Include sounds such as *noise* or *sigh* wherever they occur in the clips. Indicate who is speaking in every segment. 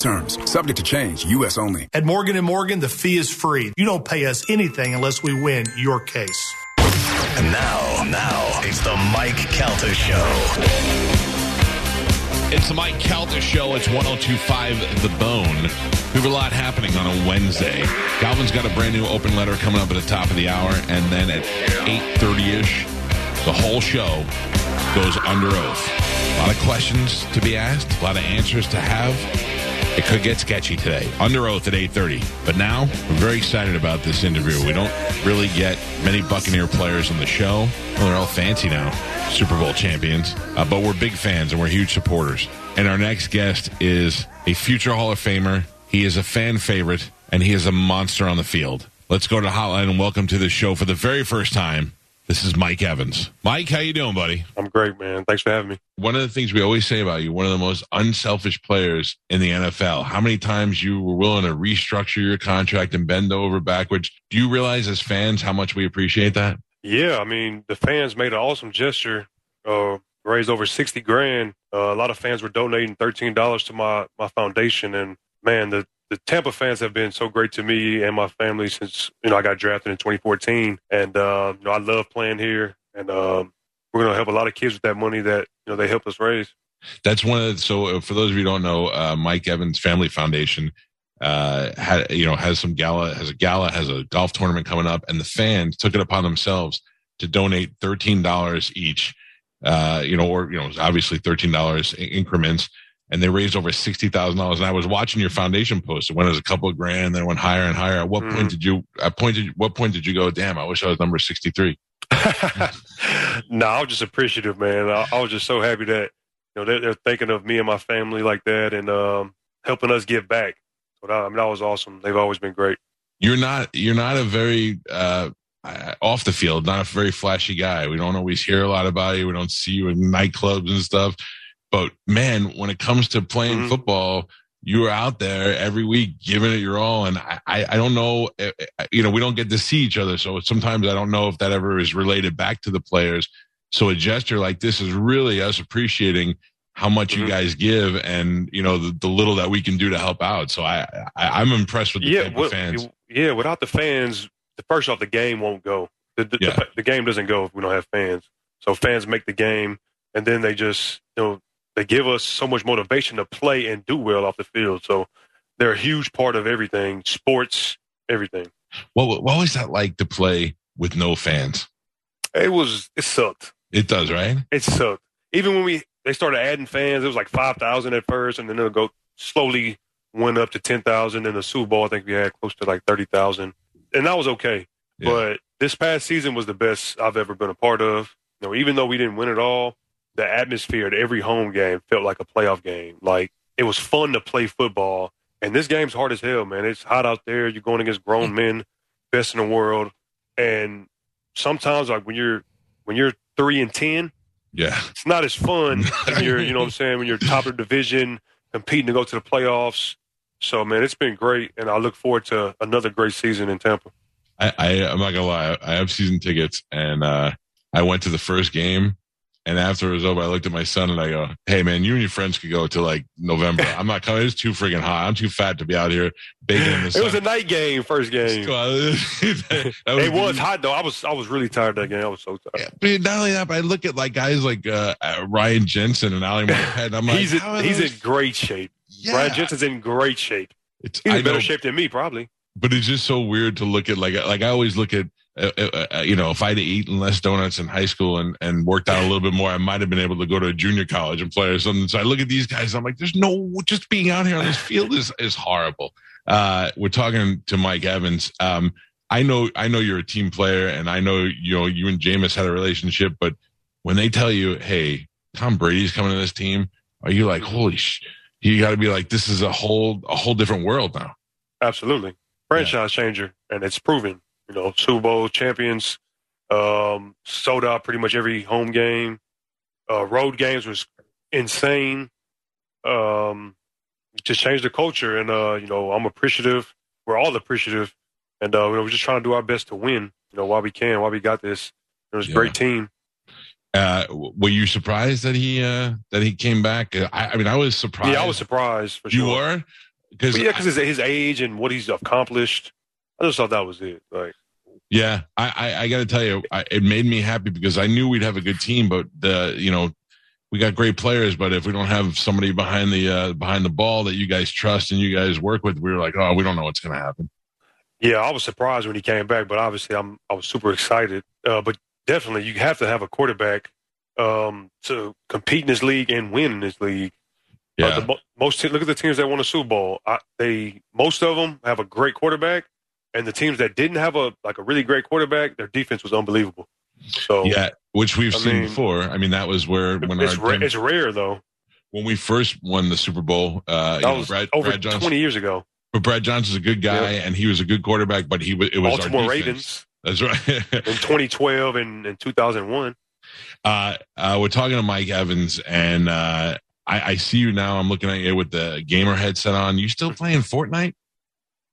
Speaker 1: Terms subject to change. U.S. only.
Speaker 2: At Morgan and Morgan, the fee is free. You don't pay us anything unless we win your case.
Speaker 3: And now, now, it's the Mike Calta Show.
Speaker 4: It's the Mike Calta Show. It's 1025 The Bone. We have a lot happening on a Wednesday. Galvin's got a brand new open letter coming up at the top of the hour, and then at 8.30ish, the whole show goes under oath. A lot of questions to be asked, a lot of answers to have. It could get sketchy today. Under oath at 8.30. But now, we're very excited about this interview. We don't really get many Buccaneer players on the show. Well, they're all fancy now, Super Bowl champions. Uh, but we're big fans and we're huge supporters. And our next guest is a future Hall of Famer. He is a fan favorite and he is a monster on the field. Let's go to the hotline and welcome to the show for the very first time. This is Mike Evans. Mike, how you doing, buddy?
Speaker 5: I'm great, man. Thanks for having me.
Speaker 4: one of the things we always say about you, one of the most unselfish players in the NFL. How many times you were willing to restructure your contract and bend over backwards? Do you realize as fans how much we appreciate that?
Speaker 5: Yeah, I mean, the fans made an awesome gesture. Uh, raised over sixty grand. Uh, a lot of fans were donating thirteen dollars to my my foundation, and man, the the Tampa fans have been so great to me and my family since you know I got drafted in 2014, and uh, you know I love playing here, and um, we're gonna help a lot of kids with that money that you know they helped us raise.
Speaker 4: That's one of the, so uh, for those of you who don't know, uh, Mike Evans Family Foundation uh, had you know has some gala has a gala has a golf tournament coming up, and the fans took it upon themselves to donate thirteen dollars each, uh, you know, or you know, it was obviously thirteen dollars increments, and they raised over sixty thousand dollars. And I was watching your foundation post; it went as a couple of grand, and then it went higher and higher. At what
Speaker 5: Mhm.
Speaker 4: point did you? At point did, what point did you go? Damn, I wish I was number sixty three.
Speaker 5: *laughs* no, I was just appreciative, man. I, I was just so happy that you know they're, they're thinking of me and my family like that, and um, helping us give back. But I, I mean, that was awesome. They've always been great.
Speaker 4: you're not you're not a very uh, uh, off the field, not a very flashy guy. We don't always hear a lot about you. We don't see you in nightclubs and stuff. But man, when it comes to playing
Speaker 5: Mhm.
Speaker 4: football, you are out there every week giving it your all. And I, I I don't know, uh, uh, you know, we don't get to see each other, so sometimes I don't know if that ever is related back to the players. So a gesture like this is really us appreciating how much you
Speaker 5: Mhm.
Speaker 4: guys give and you know the, the little that we can do to help out. So I, I I'm impressed with the Tampa
Speaker 5: wi-
Speaker 4: fans.
Speaker 5: yeah. Without the fans, the first off, the game won't go. The, the,
Speaker 4: Yeah.
Speaker 5: the, the game doesn't go if we don't have fans. So fans make the game, and then they just you know they give us so much motivation to play and do well off the field. So they're a huge part of everything, sports, everything.
Speaker 4: What what was that like to play with no fans?
Speaker 5: It was it sucked.
Speaker 4: It does, right?
Speaker 5: It sucked. Even when we they started adding fans, it was like five thousand at first, and then it'll go slowly went up to ten thousand. And the Super Bowl, I think we had close to like thirty thousand, and that was okay.
Speaker 4: Yeah.
Speaker 5: But this past season was the best I've ever been a part of. You know, even though we didn't win it all, the atmosphere at every home game felt like a playoff game. Like it was fun to play football, and this game's hard as hell, man. It's hot out there. You're going against grown men, best in the world, and sometimes like when you're when you're three and ten
Speaker 4: Yeah.
Speaker 5: it's not
Speaker 4: *laughs*
Speaker 5: as fun when you're, you know what I'm saying, when you're top of the division, competing to go to the playoffs. So, man, it's been great, and I look forward to another great season in Tampa.
Speaker 4: I, I I'm not gonna lie. I have season tickets, and uh, I went to the first game, and after it was over, I looked at my son and I go, "Hey, man, you and your friends could go till like November. I'm not coming. It's too freaking hot. I'm too fat to be out here baking in the
Speaker 5: It
Speaker 4: sun."
Speaker 5: was a night game, first game.
Speaker 4: *laughs* that was
Speaker 5: It was hot though. I was I was really tired that game. I was so tired.
Speaker 4: Yeah, but not only that, but I look at like guys like uh, uh, Ryan Jensen and Ali Marpet, and I'm like,
Speaker 5: he's
Speaker 4: "How
Speaker 5: in,
Speaker 4: are
Speaker 5: he's
Speaker 4: those-
Speaker 5: in great shape.
Speaker 4: yeah,
Speaker 5: Ryan Jensen's in great shape.
Speaker 4: It's,
Speaker 5: He's in
Speaker 4: I know,
Speaker 5: better shape than me, probably.
Speaker 4: but it's just so weird to look at like like I always look at uh, uh, uh, you know if I'd eaten less donuts in high school and and worked out a little bit more I might have been able to go to a junior college and play or something so I look at these guys I'm like there's no just being out here on this field is is horrible uh we're talking to Mike Evans um I know I know you're a team player and I know you know you and Jameis had a relationship but when they tell you hey Tom Brady's coming to this team are you like holy sh- you got to be like, this is a whole a whole different world now.
Speaker 5: Absolutely. Franchise changer. And it's proven. You know, Super Bowl champions, um, sold out pretty much every home game. Uh, road games was insane. Um, just changed the culture. And, uh, you know, I'm appreciative. We're all appreciative. And uh, you know, we're just trying to do our best to win, you know, while we can, while we got this. It was a
Speaker 4: Yeah.
Speaker 5: great team.
Speaker 4: Uh, w- were you surprised that he uh, that he came back? Uh, I, I mean, I was surprised.
Speaker 5: Yeah, I was surprised for
Speaker 4: You
Speaker 5: sure.
Speaker 4: were
Speaker 5: But
Speaker 4: because
Speaker 5: yeah, because his, his age and what he's accomplished. I just thought that was it. Like,
Speaker 4: Yeah, I, I, I got to tell you, I, it made me happy because I knew we'd have a good team, but the you know we got great players, but if we don't have somebody behind the uh, behind the ball that you guys trust and you guys work with, we were like, oh, we don't know what's going to happen.
Speaker 5: yeah, I was surprised when he came back, but obviously, I'm I was super excited. Uh, but definitely, you have to have a quarterback um, to compete in this league and win in this league. Uh,
Speaker 4: Yeah,
Speaker 5: the mo- most te- look at the teams that won a Super Bowl. I, they most of them have a great quarterback, and the teams that didn't have a like a really great quarterback, their defense was unbelievable. So
Speaker 4: yeah, which we've
Speaker 5: I
Speaker 4: seen
Speaker 5: mean-
Speaker 4: before. I mean, that was where when
Speaker 5: it's,
Speaker 4: our
Speaker 5: ra-
Speaker 4: team-
Speaker 5: it's rare though.
Speaker 4: when we first won the Super Bowl, uh, you
Speaker 5: That
Speaker 4: know,
Speaker 5: was
Speaker 4: Brad,
Speaker 5: over
Speaker 4: Brad Johnson.
Speaker 5: 20 years ago.
Speaker 4: But Brad Johnson's a good guy, and he was a good quarterback, but he was it was our
Speaker 5: Baltimore
Speaker 4: defense.
Speaker 5: Ravens.
Speaker 4: That's right. *laughs*
Speaker 5: in 2012 and, and 2001.
Speaker 4: uh, uh, we're talking to Mike Evans, and uh, I, I see you now. I'm looking at you with the gamer headset on. You still playing Fortnite?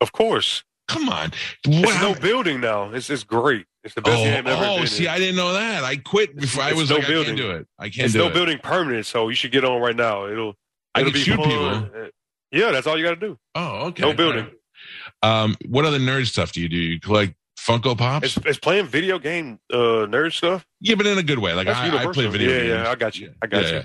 Speaker 5: Of course,
Speaker 4: Come on!
Speaker 5: it's
Speaker 4: What-
Speaker 5: no building now. It's it's great. It's the best
Speaker 4: oh,
Speaker 5: game ever.
Speaker 4: oh,
Speaker 5: been
Speaker 4: see,
Speaker 5: in.
Speaker 4: I didn't know that. I quit before I
Speaker 5: it's
Speaker 4: was
Speaker 5: no
Speaker 4: like, I can't
Speaker 5: building.
Speaker 4: do it. I can't
Speaker 5: it's
Speaker 4: do
Speaker 5: no
Speaker 4: it.
Speaker 5: building permanent, so you should get on right now. It'll
Speaker 4: I
Speaker 5: it'll
Speaker 4: can
Speaker 5: be
Speaker 4: shoot
Speaker 5: fun.
Speaker 4: people.
Speaker 5: Uh, Yeah, that's all you got to do.
Speaker 4: Oh, okay.
Speaker 5: No building.
Speaker 4: Um, what other nerd stuff do you do? You collect Funko Pops?
Speaker 5: It's it's playing video game uh, nerd stuff.
Speaker 4: yeah, but in a good way. Like
Speaker 5: That's
Speaker 4: I, I
Speaker 5: universal.
Speaker 4: play video
Speaker 5: yeah,
Speaker 4: games.
Speaker 5: yeah, I got you. I got
Speaker 4: Yeah,
Speaker 5: you.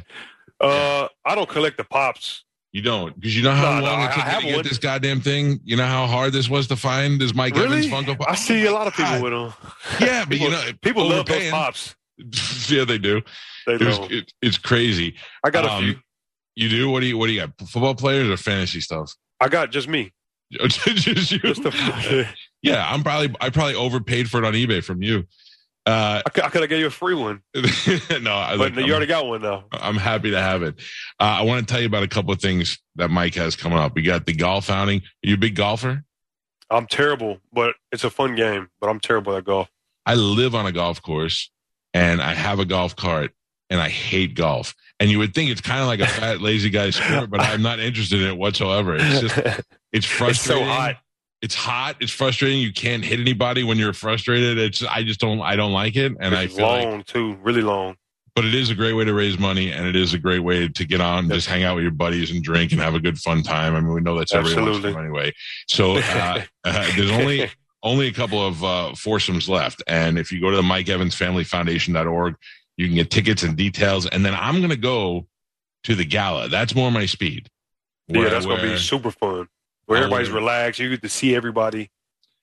Speaker 4: yeah.
Speaker 5: Uh, I don't collect the pops.
Speaker 4: You don't because you know how
Speaker 5: No, no,
Speaker 4: long
Speaker 5: I-
Speaker 4: it
Speaker 5: I
Speaker 4: took me
Speaker 5: have
Speaker 4: to get
Speaker 5: one.
Speaker 4: this goddamn thing. You know how hard this was to find this Mike Evans
Speaker 5: Really?
Speaker 4: Funko Pop.
Speaker 5: I see a lot of people
Speaker 4: God.
Speaker 5: with them.
Speaker 4: Yeah, but
Speaker 5: people,
Speaker 4: you know
Speaker 5: people love those
Speaker 4: overpaying.
Speaker 5: pops.
Speaker 4: *laughs* yeah, they do.
Speaker 5: They
Speaker 4: It was,
Speaker 5: love 'em.
Speaker 4: it, it's crazy.
Speaker 5: I got
Speaker 4: um,
Speaker 5: a few.
Speaker 4: You do? What do you? What do you got? Football players or fantasy stuff? *laughs*
Speaker 5: I got just me.
Speaker 4: Just you. *laughs*
Speaker 5: Just the, *laughs*
Speaker 4: yeah, I'm probably I probably overpaid for it on eBay from you. Uh, *laughs*
Speaker 5: I, could, I could have gave you a free one,
Speaker 4: no, I,
Speaker 5: but
Speaker 4: look,
Speaker 5: you
Speaker 4: I'm,
Speaker 5: already got one though.
Speaker 4: I'm happy to have it. Uh, I want to tell you about a couple of things that Mike has coming up. We got the golf outing. Are you a big golfer?
Speaker 5: I'm terrible, but it's a fun game. But I'm terrible at golf.
Speaker 4: I live on a golf course and I have a golf cart and I hate golf. And you would think it's kind of
Speaker 5: *laughs*
Speaker 4: like a fat, lazy guy sport, but I'm not interested in it whatsoever. It's just It's
Speaker 5: *laughs* It's so
Speaker 4: frustrating.
Speaker 5: hot.
Speaker 4: It's hot. It's frustrating. You can't hit anybody when you're frustrated. It's I just don't I don't like it, and I
Speaker 5: it's
Speaker 4: feel like,
Speaker 5: long too, really long.
Speaker 4: but it is a great way to raise money, and it is a great way to get on, just hang out with your buddies and drink and have a good fun time. I mean, we know that's every once in a
Speaker 5: Absolutely.
Speaker 4: while anyway. So
Speaker 5: *laughs*
Speaker 4: uh, uh, there's only only a couple of uh, foursomes left, and if you go to the Mike Evans Family Foundation.org, you can get tickets and details. And then I'm gonna go to the gala. That's more my speed.
Speaker 5: yeah,
Speaker 4: Where-
Speaker 5: that's gonna
Speaker 4: where- Oh,
Speaker 5: be super fun. Where
Speaker 4: I'll
Speaker 5: everybody's
Speaker 4: wear-
Speaker 5: relaxed, you get to see everybody.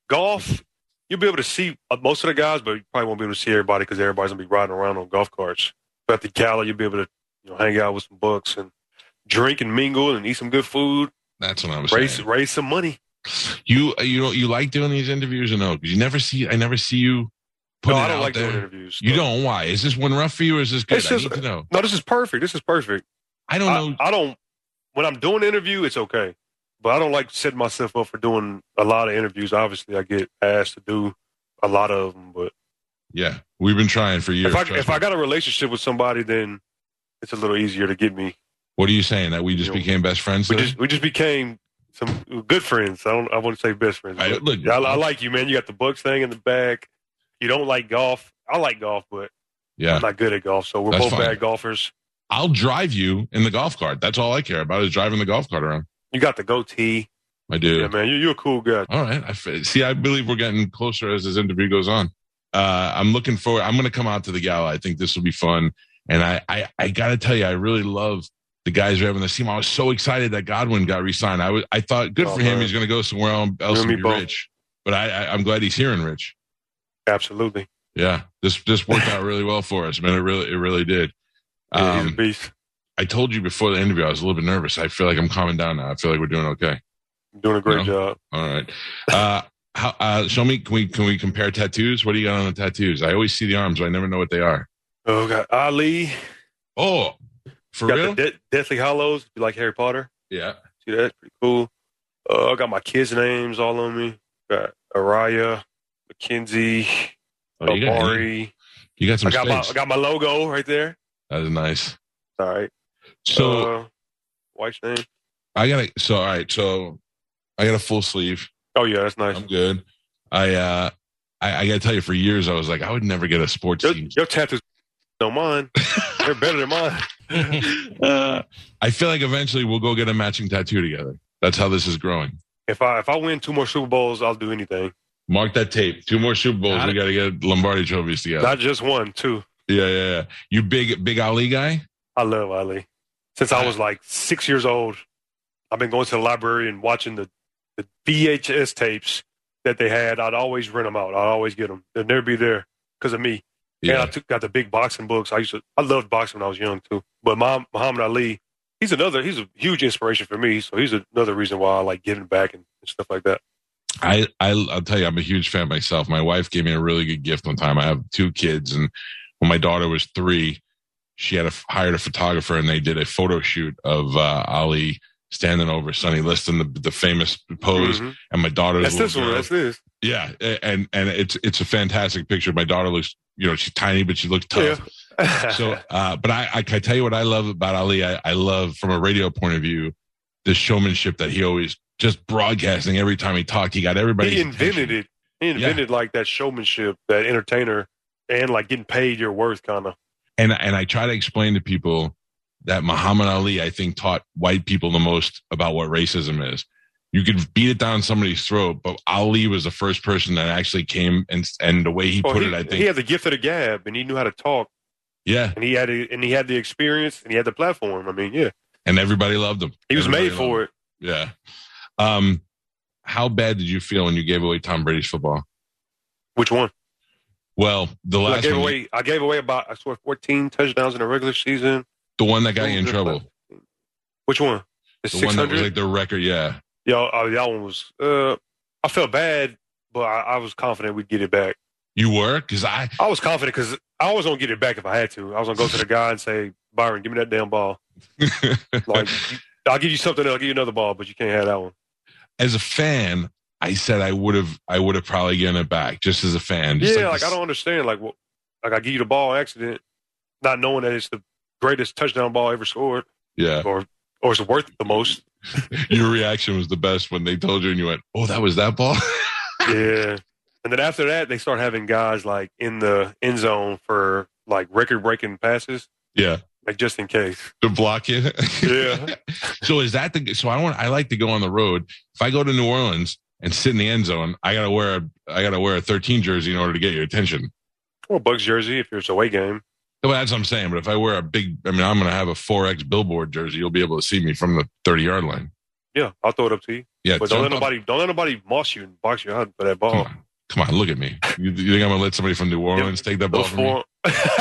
Speaker 5: Golf, you'll be able to see uh, most of the guys, but you probably won't be able to see everybody because everybody's gonna be riding around on golf carts. But at the gala, you'll be able to you know hang out with some bucks and drink and mingle and eat some good food,
Speaker 4: that's what I was saying.
Speaker 5: raise raise some money.
Speaker 4: You you know you like doing these interviews or no? Because you never see I never see you put
Speaker 5: No,
Speaker 4: it
Speaker 5: I don't
Speaker 4: out
Speaker 5: like
Speaker 4: there.
Speaker 5: doing interviews.
Speaker 4: you
Speaker 5: No.
Speaker 4: don't. Why is this one rough for you or is this good?
Speaker 5: It's
Speaker 4: I
Speaker 5: just-
Speaker 4: need to know.
Speaker 5: No, this is perfect. This is perfect.
Speaker 4: I don't know.
Speaker 5: I, I don't. When I'm doing an interview, it's okay, but I don't like setting myself up for doing a lot of interviews. Obviously, I get asked to do a lot of them, but
Speaker 4: yeah, we've been trying for years.
Speaker 5: if I
Speaker 4: trust
Speaker 5: if
Speaker 4: me.
Speaker 5: I got a relationship with somebody, then it's a little easier to get me.
Speaker 4: what are you saying that we just
Speaker 5: You know,
Speaker 4: became best friends?
Speaker 5: We
Speaker 4: today?
Speaker 5: just we just became some good friends. I don't. I wouldn't say best friends.
Speaker 4: I-
Speaker 5: but
Speaker 4: look,
Speaker 5: I, I like you, man. You got the Bucks thing in the back. You don't like golf. I like golf, but
Speaker 4: yeah,
Speaker 5: I'm not good at golf. So we're
Speaker 4: That's
Speaker 5: both
Speaker 4: fine.
Speaker 5: bad golfers.
Speaker 4: I'll drive you in the golf cart. That's all I care about is driving the golf cart around.
Speaker 5: You got the goatee.
Speaker 4: I do.
Speaker 5: Yeah, man. You, you're a cool guy.
Speaker 4: All right. I f- see. I believe we're getting closer as this interview goes on. Uh, I'm looking forward. I'm going to come out to the gala. I think this will be fun. And I, I, I got to tell you, I really love the guys who are having this team. I was so excited that Godwin got re-signed. I was, I thought, good
Speaker 5: Oh,
Speaker 4: for him.
Speaker 5: man.
Speaker 4: He's going to go somewhere else and
Speaker 5: me
Speaker 4: be
Speaker 5: both.
Speaker 4: rich. But I, I, I'm glad he's here and rich.
Speaker 5: Absolutely.
Speaker 4: Yeah, this this worked out really well for us, man. It really, it really did.
Speaker 5: Yeah,
Speaker 4: Um,
Speaker 5: he's a beast.
Speaker 4: I told you before the interview, I was a little bit nervous. I feel like I'm calming down now. I feel like we're doing okay.
Speaker 5: Doing a great job.
Speaker 4: All right. Uh, *laughs* how, uh, show me. Can we can we compare tattoos? What do you got on the tattoos? I always see the arms, but I never know what they are.
Speaker 5: Oh, got Ali.
Speaker 4: Oh, for
Speaker 5: got
Speaker 4: real?
Speaker 5: the De- Deathly Hollows. You like Harry Potter?
Speaker 4: Yeah.
Speaker 5: See that? Pretty cool. Uh, I got my kids' names all on me. Got Araya, Mackenzie,
Speaker 4: Oh, you, got,
Speaker 5: Amari.
Speaker 4: you got some
Speaker 5: I got my
Speaker 4: space.
Speaker 5: I got my logo right there.
Speaker 4: that is nice.
Speaker 5: All right.
Speaker 4: So
Speaker 5: uh, wife's name.
Speaker 4: I got a so all right. So I got a full sleeve.
Speaker 5: Oh yeah, that's nice.
Speaker 4: I'm good. I uh I, I gotta tell you, for years I was like, I would never get a sports
Speaker 5: Your,
Speaker 4: team.
Speaker 5: your tattoos don't
Speaker 4: *laughs*
Speaker 5: mine. They're better than mine.
Speaker 4: Uh, I feel like eventually we'll go get a matching tattoo together. That's how this is growing.
Speaker 5: If I if I win two more Super Bowls, I'll do anything.
Speaker 4: Mark that tape. Two more Super Bowls.
Speaker 6: Got
Speaker 4: we
Speaker 6: it.
Speaker 4: gotta get Lombardi trophies together.
Speaker 5: Not just one, two.
Speaker 4: yeah, yeah, yeah. You big big Ali guy?
Speaker 5: I love Ali. Since I was like six years old, I've been going to the library and watching the, the VHS tapes that they had. I'd always rent them out. I'd always get them. They'd never be there because of me. And I took, got the big boxing books. I used to, I loved boxing when I was young too. But my, Muhammad Ali, he's another, he's a huge inspiration for me. So he's another reason why I like giving back and, and stuff like that.
Speaker 4: I, I I'll tell you, I'm a huge fan myself. My wife gave me a really good gift one time. I have two kids, and when my daughter was three, she had a, hired a photographer, and they did a photo shoot of uh, Ali standing over Sonny Liston, the, the famous pose.
Speaker 5: Mhm.
Speaker 4: And my daughter's
Speaker 5: That's
Speaker 4: little
Speaker 5: this one.
Speaker 4: girl-
Speaker 5: That's this.
Speaker 4: yeah, a- and and it's it's a fantastic picture. My daughter looks, you know, she's tiny, but she looks tough
Speaker 5: Yeah. *laughs*
Speaker 4: so uh, but I, I can tell you what I love about Ali. I, I love from a radio point of view the showmanship that he always just broadcasting every time he talked. He got everybody.
Speaker 5: he invented it. He invented like that showmanship, that entertainer, and like getting paid your worth, kind of.
Speaker 4: and and I try to explain to people that Muhammad Ali, I think, taught white people the most about what racism is. You could beat it down somebody's throat, but Ali was the first person that actually came and and the way he
Speaker 5: Well,
Speaker 4: put
Speaker 5: Oh, he,
Speaker 4: it, I think,
Speaker 5: he had the gift of the gab, and he knew how to talk,
Speaker 4: yeah,
Speaker 5: and he had a, and he had the experience, and he had the platform. I mean, yeah,
Speaker 4: and everybody loved him.
Speaker 5: he was
Speaker 4: Everybody
Speaker 5: made
Speaker 4: loved him.
Speaker 5: for it.
Speaker 4: Yeah. Um, how bad did you feel when you gave away Tom Brady's football?
Speaker 5: Which one?
Speaker 4: Well, the
Speaker 5: I
Speaker 4: last
Speaker 5: gave
Speaker 4: one,
Speaker 5: away. I gave away about I swear fourteen touchdowns in a regular season.
Speaker 4: the one that got you in trouble,
Speaker 5: Which one? The
Speaker 4: the
Speaker 5: six
Speaker 4: one that was
Speaker 5: hundred.
Speaker 4: like the record. Yeah,
Speaker 5: Y'all, uh, that one was. Uh, I felt bad, but I, I was confident we'd get it back.
Speaker 4: you were because I *laughs*
Speaker 5: I was confident because I was gonna get it back if I had to. I was gonna go to the guy and say, Byron, give me that damn ball.
Speaker 4: *laughs*
Speaker 5: Like, you- I'll give you something. I'll give you another ball, but you can't have that one.
Speaker 4: as a fan, I said I would have, I would have probably given it back just as a fan. Just
Speaker 5: yeah, like,
Speaker 4: this-
Speaker 5: I don't understand. Like, what, like I give you the ball accident, not knowing that it's the greatest touchdown ball ever scored,
Speaker 4: Yeah, *laughs*
Speaker 5: or it's worth the most.
Speaker 4: your reaction was the best when they told you, and you went, "Oh, that was that ball." *laughs*
Speaker 5: yeah. And then after that, they start having guys like in the end zone for like record breaking passes,
Speaker 4: yeah,
Speaker 5: like just in case.
Speaker 4: to block it.
Speaker 5: Yeah.
Speaker 4: *laughs* so is that the? So I want. I like to go on the road. If I go to New Orleans and sit in the end zone, I gotta wear a, I gotta wear a 13 jersey in order to get your attention.
Speaker 5: Or Bugs jersey if it's a away game.
Speaker 4: Well, that's what I'm saying. But if I wear a big, I mean, I'm going to have a 4X billboard jersey. You'll be able to see me from the 30 yard line.
Speaker 5: Yeah, I'll throw it up to you.
Speaker 4: Yeah.
Speaker 5: But don't let
Speaker 4: jump up-
Speaker 5: nobody don't let nobody moss you and box you out for that
Speaker 4: Come
Speaker 5: ball.
Speaker 4: on, come on, look at me. You, you think I'm going to let somebody from New Orleans take that ball
Speaker 5: Those
Speaker 4: from me?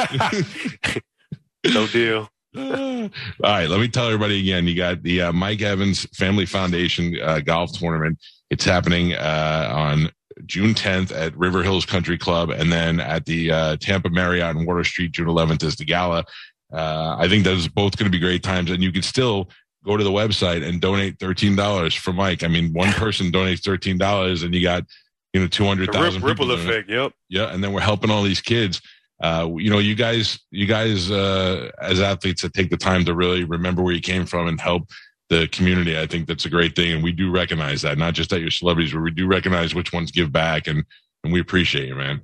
Speaker 5: four- *laughs*
Speaker 4: *laughs*
Speaker 5: no deal.
Speaker 4: All right, let me tell everybody again. You got the uh, Mike Evans Family Foundation uh, Golf Tournament. It's happening uh, on June 10th at River Hills Country Club, and then at the uh, Tampa Marriott in Water Street. June 11th is the gala. Uh, I think those are both going to be great times, and you can still go to the website and donate thirteen dollars for Mike. I mean,
Speaker 5: *laughs*
Speaker 4: one person donates thirteen dollars, and you got you know two
Speaker 5: The
Speaker 4: hundred
Speaker 5: rip,
Speaker 4: thousand
Speaker 5: ripple effect. Yep.
Speaker 4: yeah and then we're helping all these kids uh you know you guys you guys uh as athletes that take the time to really remember where you came from and help the community i think that's a great thing and we do recognize that not just at your celebrities but we do recognize which ones give back and and we appreciate you man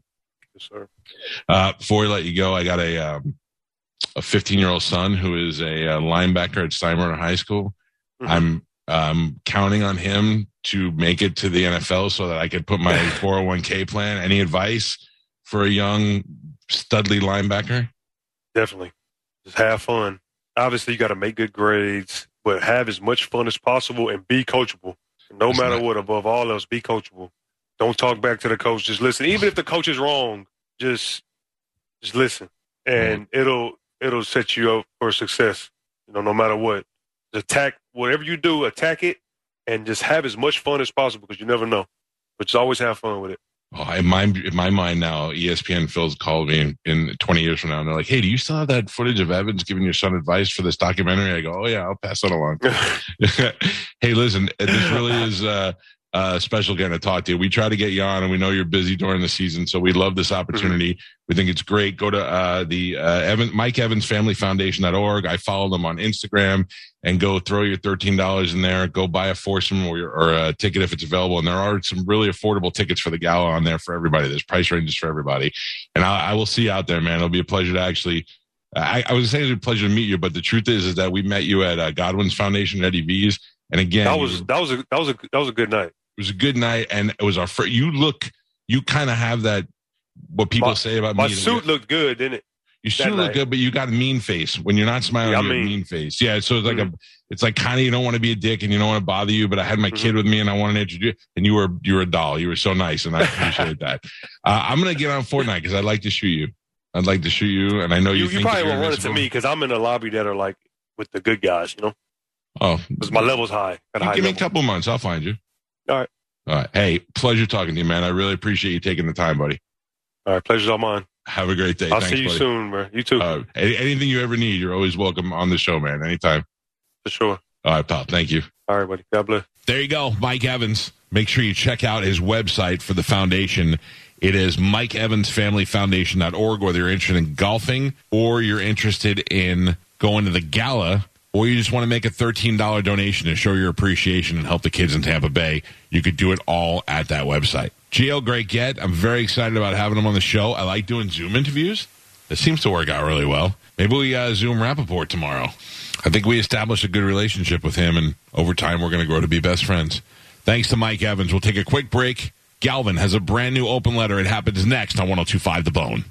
Speaker 5: Yes, sir.
Speaker 4: uh before we let you go i got a um a 15 year old son who is a, uh linebacker at steinbrenner high school
Speaker 5: Mhm.
Speaker 4: i'm um counting on him to make it to the nfl so that i could put my 401k plan any advice for a young studly linebacker
Speaker 5: Definitely. Just have fun. Obviously, you got to make good grades, but have as much fun as possible and be coachable. No
Speaker 4: That's
Speaker 5: matter
Speaker 4: right.
Speaker 5: what, above all else, be coachable. Don't talk back to the coach. Just listen. Even if the coach is wrong, just just listen,
Speaker 4: Mm-hmm.
Speaker 5: and it'll it'll set you up for success. You know, no matter what, just attack whatever you do, attack it, and just have as much fun as possible because you never know. But just always have fun with it.
Speaker 4: Oh, in my in my mind now, E ESPN Phil's called me in, in 20 years from now, and they're like, "Hey, do you still have that footage of Evans giving your son advice for this documentary?" I go, "Oh yeah, I'll pass that along." *laughs* hey, listen, this really is uh, uh, special getting to talk to you. We try to get you on, and we know you're busy during the season, so we love this opportunity. We think it's great. Go to uh, the uh, Evan, Mike Evans Family Foundation.org. I follow them on Instagram and go throw your $13 in there. Go buy a foursome or, your, or a ticket if it's available. And there are some really affordable tickets for the gala on there for everybody. There's price ranges for everybody. And I, I will see you out there, man. It'll be a pleasure to actually. I, I was saying it's a pleasure to meet you, but the truth is, is that we met you at uh, Godwin's Foundation, Eddie V's, and again,
Speaker 5: *laughs* That
Speaker 4: you-
Speaker 5: was that was a that was a that was a good night.
Speaker 4: it was a good night, and it was our first. You look, you kind of have that what people
Speaker 5: My-
Speaker 4: say about
Speaker 5: My
Speaker 4: me.
Speaker 5: suit looked good, didn't it?
Speaker 4: you
Speaker 5: that
Speaker 4: suit look
Speaker 5: night.
Speaker 4: good, but you got a mean face. When you're not smiling,
Speaker 5: Yeah, I
Speaker 4: you have a
Speaker 5: mean- Mm-hmm.
Speaker 4: mean face. Yeah, so it's like a, it's like kind of you don't want to be a dick and you don't want to bother you. But I had my kid with me and I wanted to introduce, and you were you were a doll. You were so nice,
Speaker 5: *laughs*
Speaker 4: and I appreciate that. Uh, I'm gonna get on Fortnite because I'd like to shoot you. I'd like to shoot you, and I know Oh, you.
Speaker 5: You, you
Speaker 4: think
Speaker 5: probably
Speaker 4: that you're
Speaker 5: won't run it to
Speaker 4: invincible.
Speaker 5: me because I'm in a lobby that are like with the good guys, you know,
Speaker 4: Oh,
Speaker 5: because my level's high. At a high
Speaker 4: give me a
Speaker 5: level.
Speaker 4: couple months. I'll find you.
Speaker 5: All right.
Speaker 4: All right. Hey, pleasure talking to you, man. I really appreciate you taking the time, buddy.
Speaker 5: All right, pleasure's all mine.
Speaker 4: Have a great day.
Speaker 5: I'll
Speaker 4: Thanks,
Speaker 5: see you
Speaker 4: buddy.
Speaker 5: soon, bro. You too,
Speaker 4: Uh, any- anything you ever need, you're always welcome on the show, man. Anytime.
Speaker 5: for sure.
Speaker 4: All right, Pop. Thank you.
Speaker 5: All right, buddy. God bless.
Speaker 4: There you go, Mike Evans. Make sure you check out his website for the foundation. It is mikeevansfamilyfoundation.org, whether you're interested in golfing or you're interested in going to the gala or you just want to make a $13 donation to show your appreciation and help the kids in Tampa Bay. You could do it all at that website. Gio, great get. I'm very excited about having him on the show. I like doing Zoom interviews. It seems to work out really well. Maybe we uh, Zoom Rappaport tomorrow. I think we established a good relationship with him, and over time, we're going to grow to be best friends. Thanks to Mike Evans. We'll take a quick break. Galvin has a brand new open letter. It happens next on 1025 The Bone.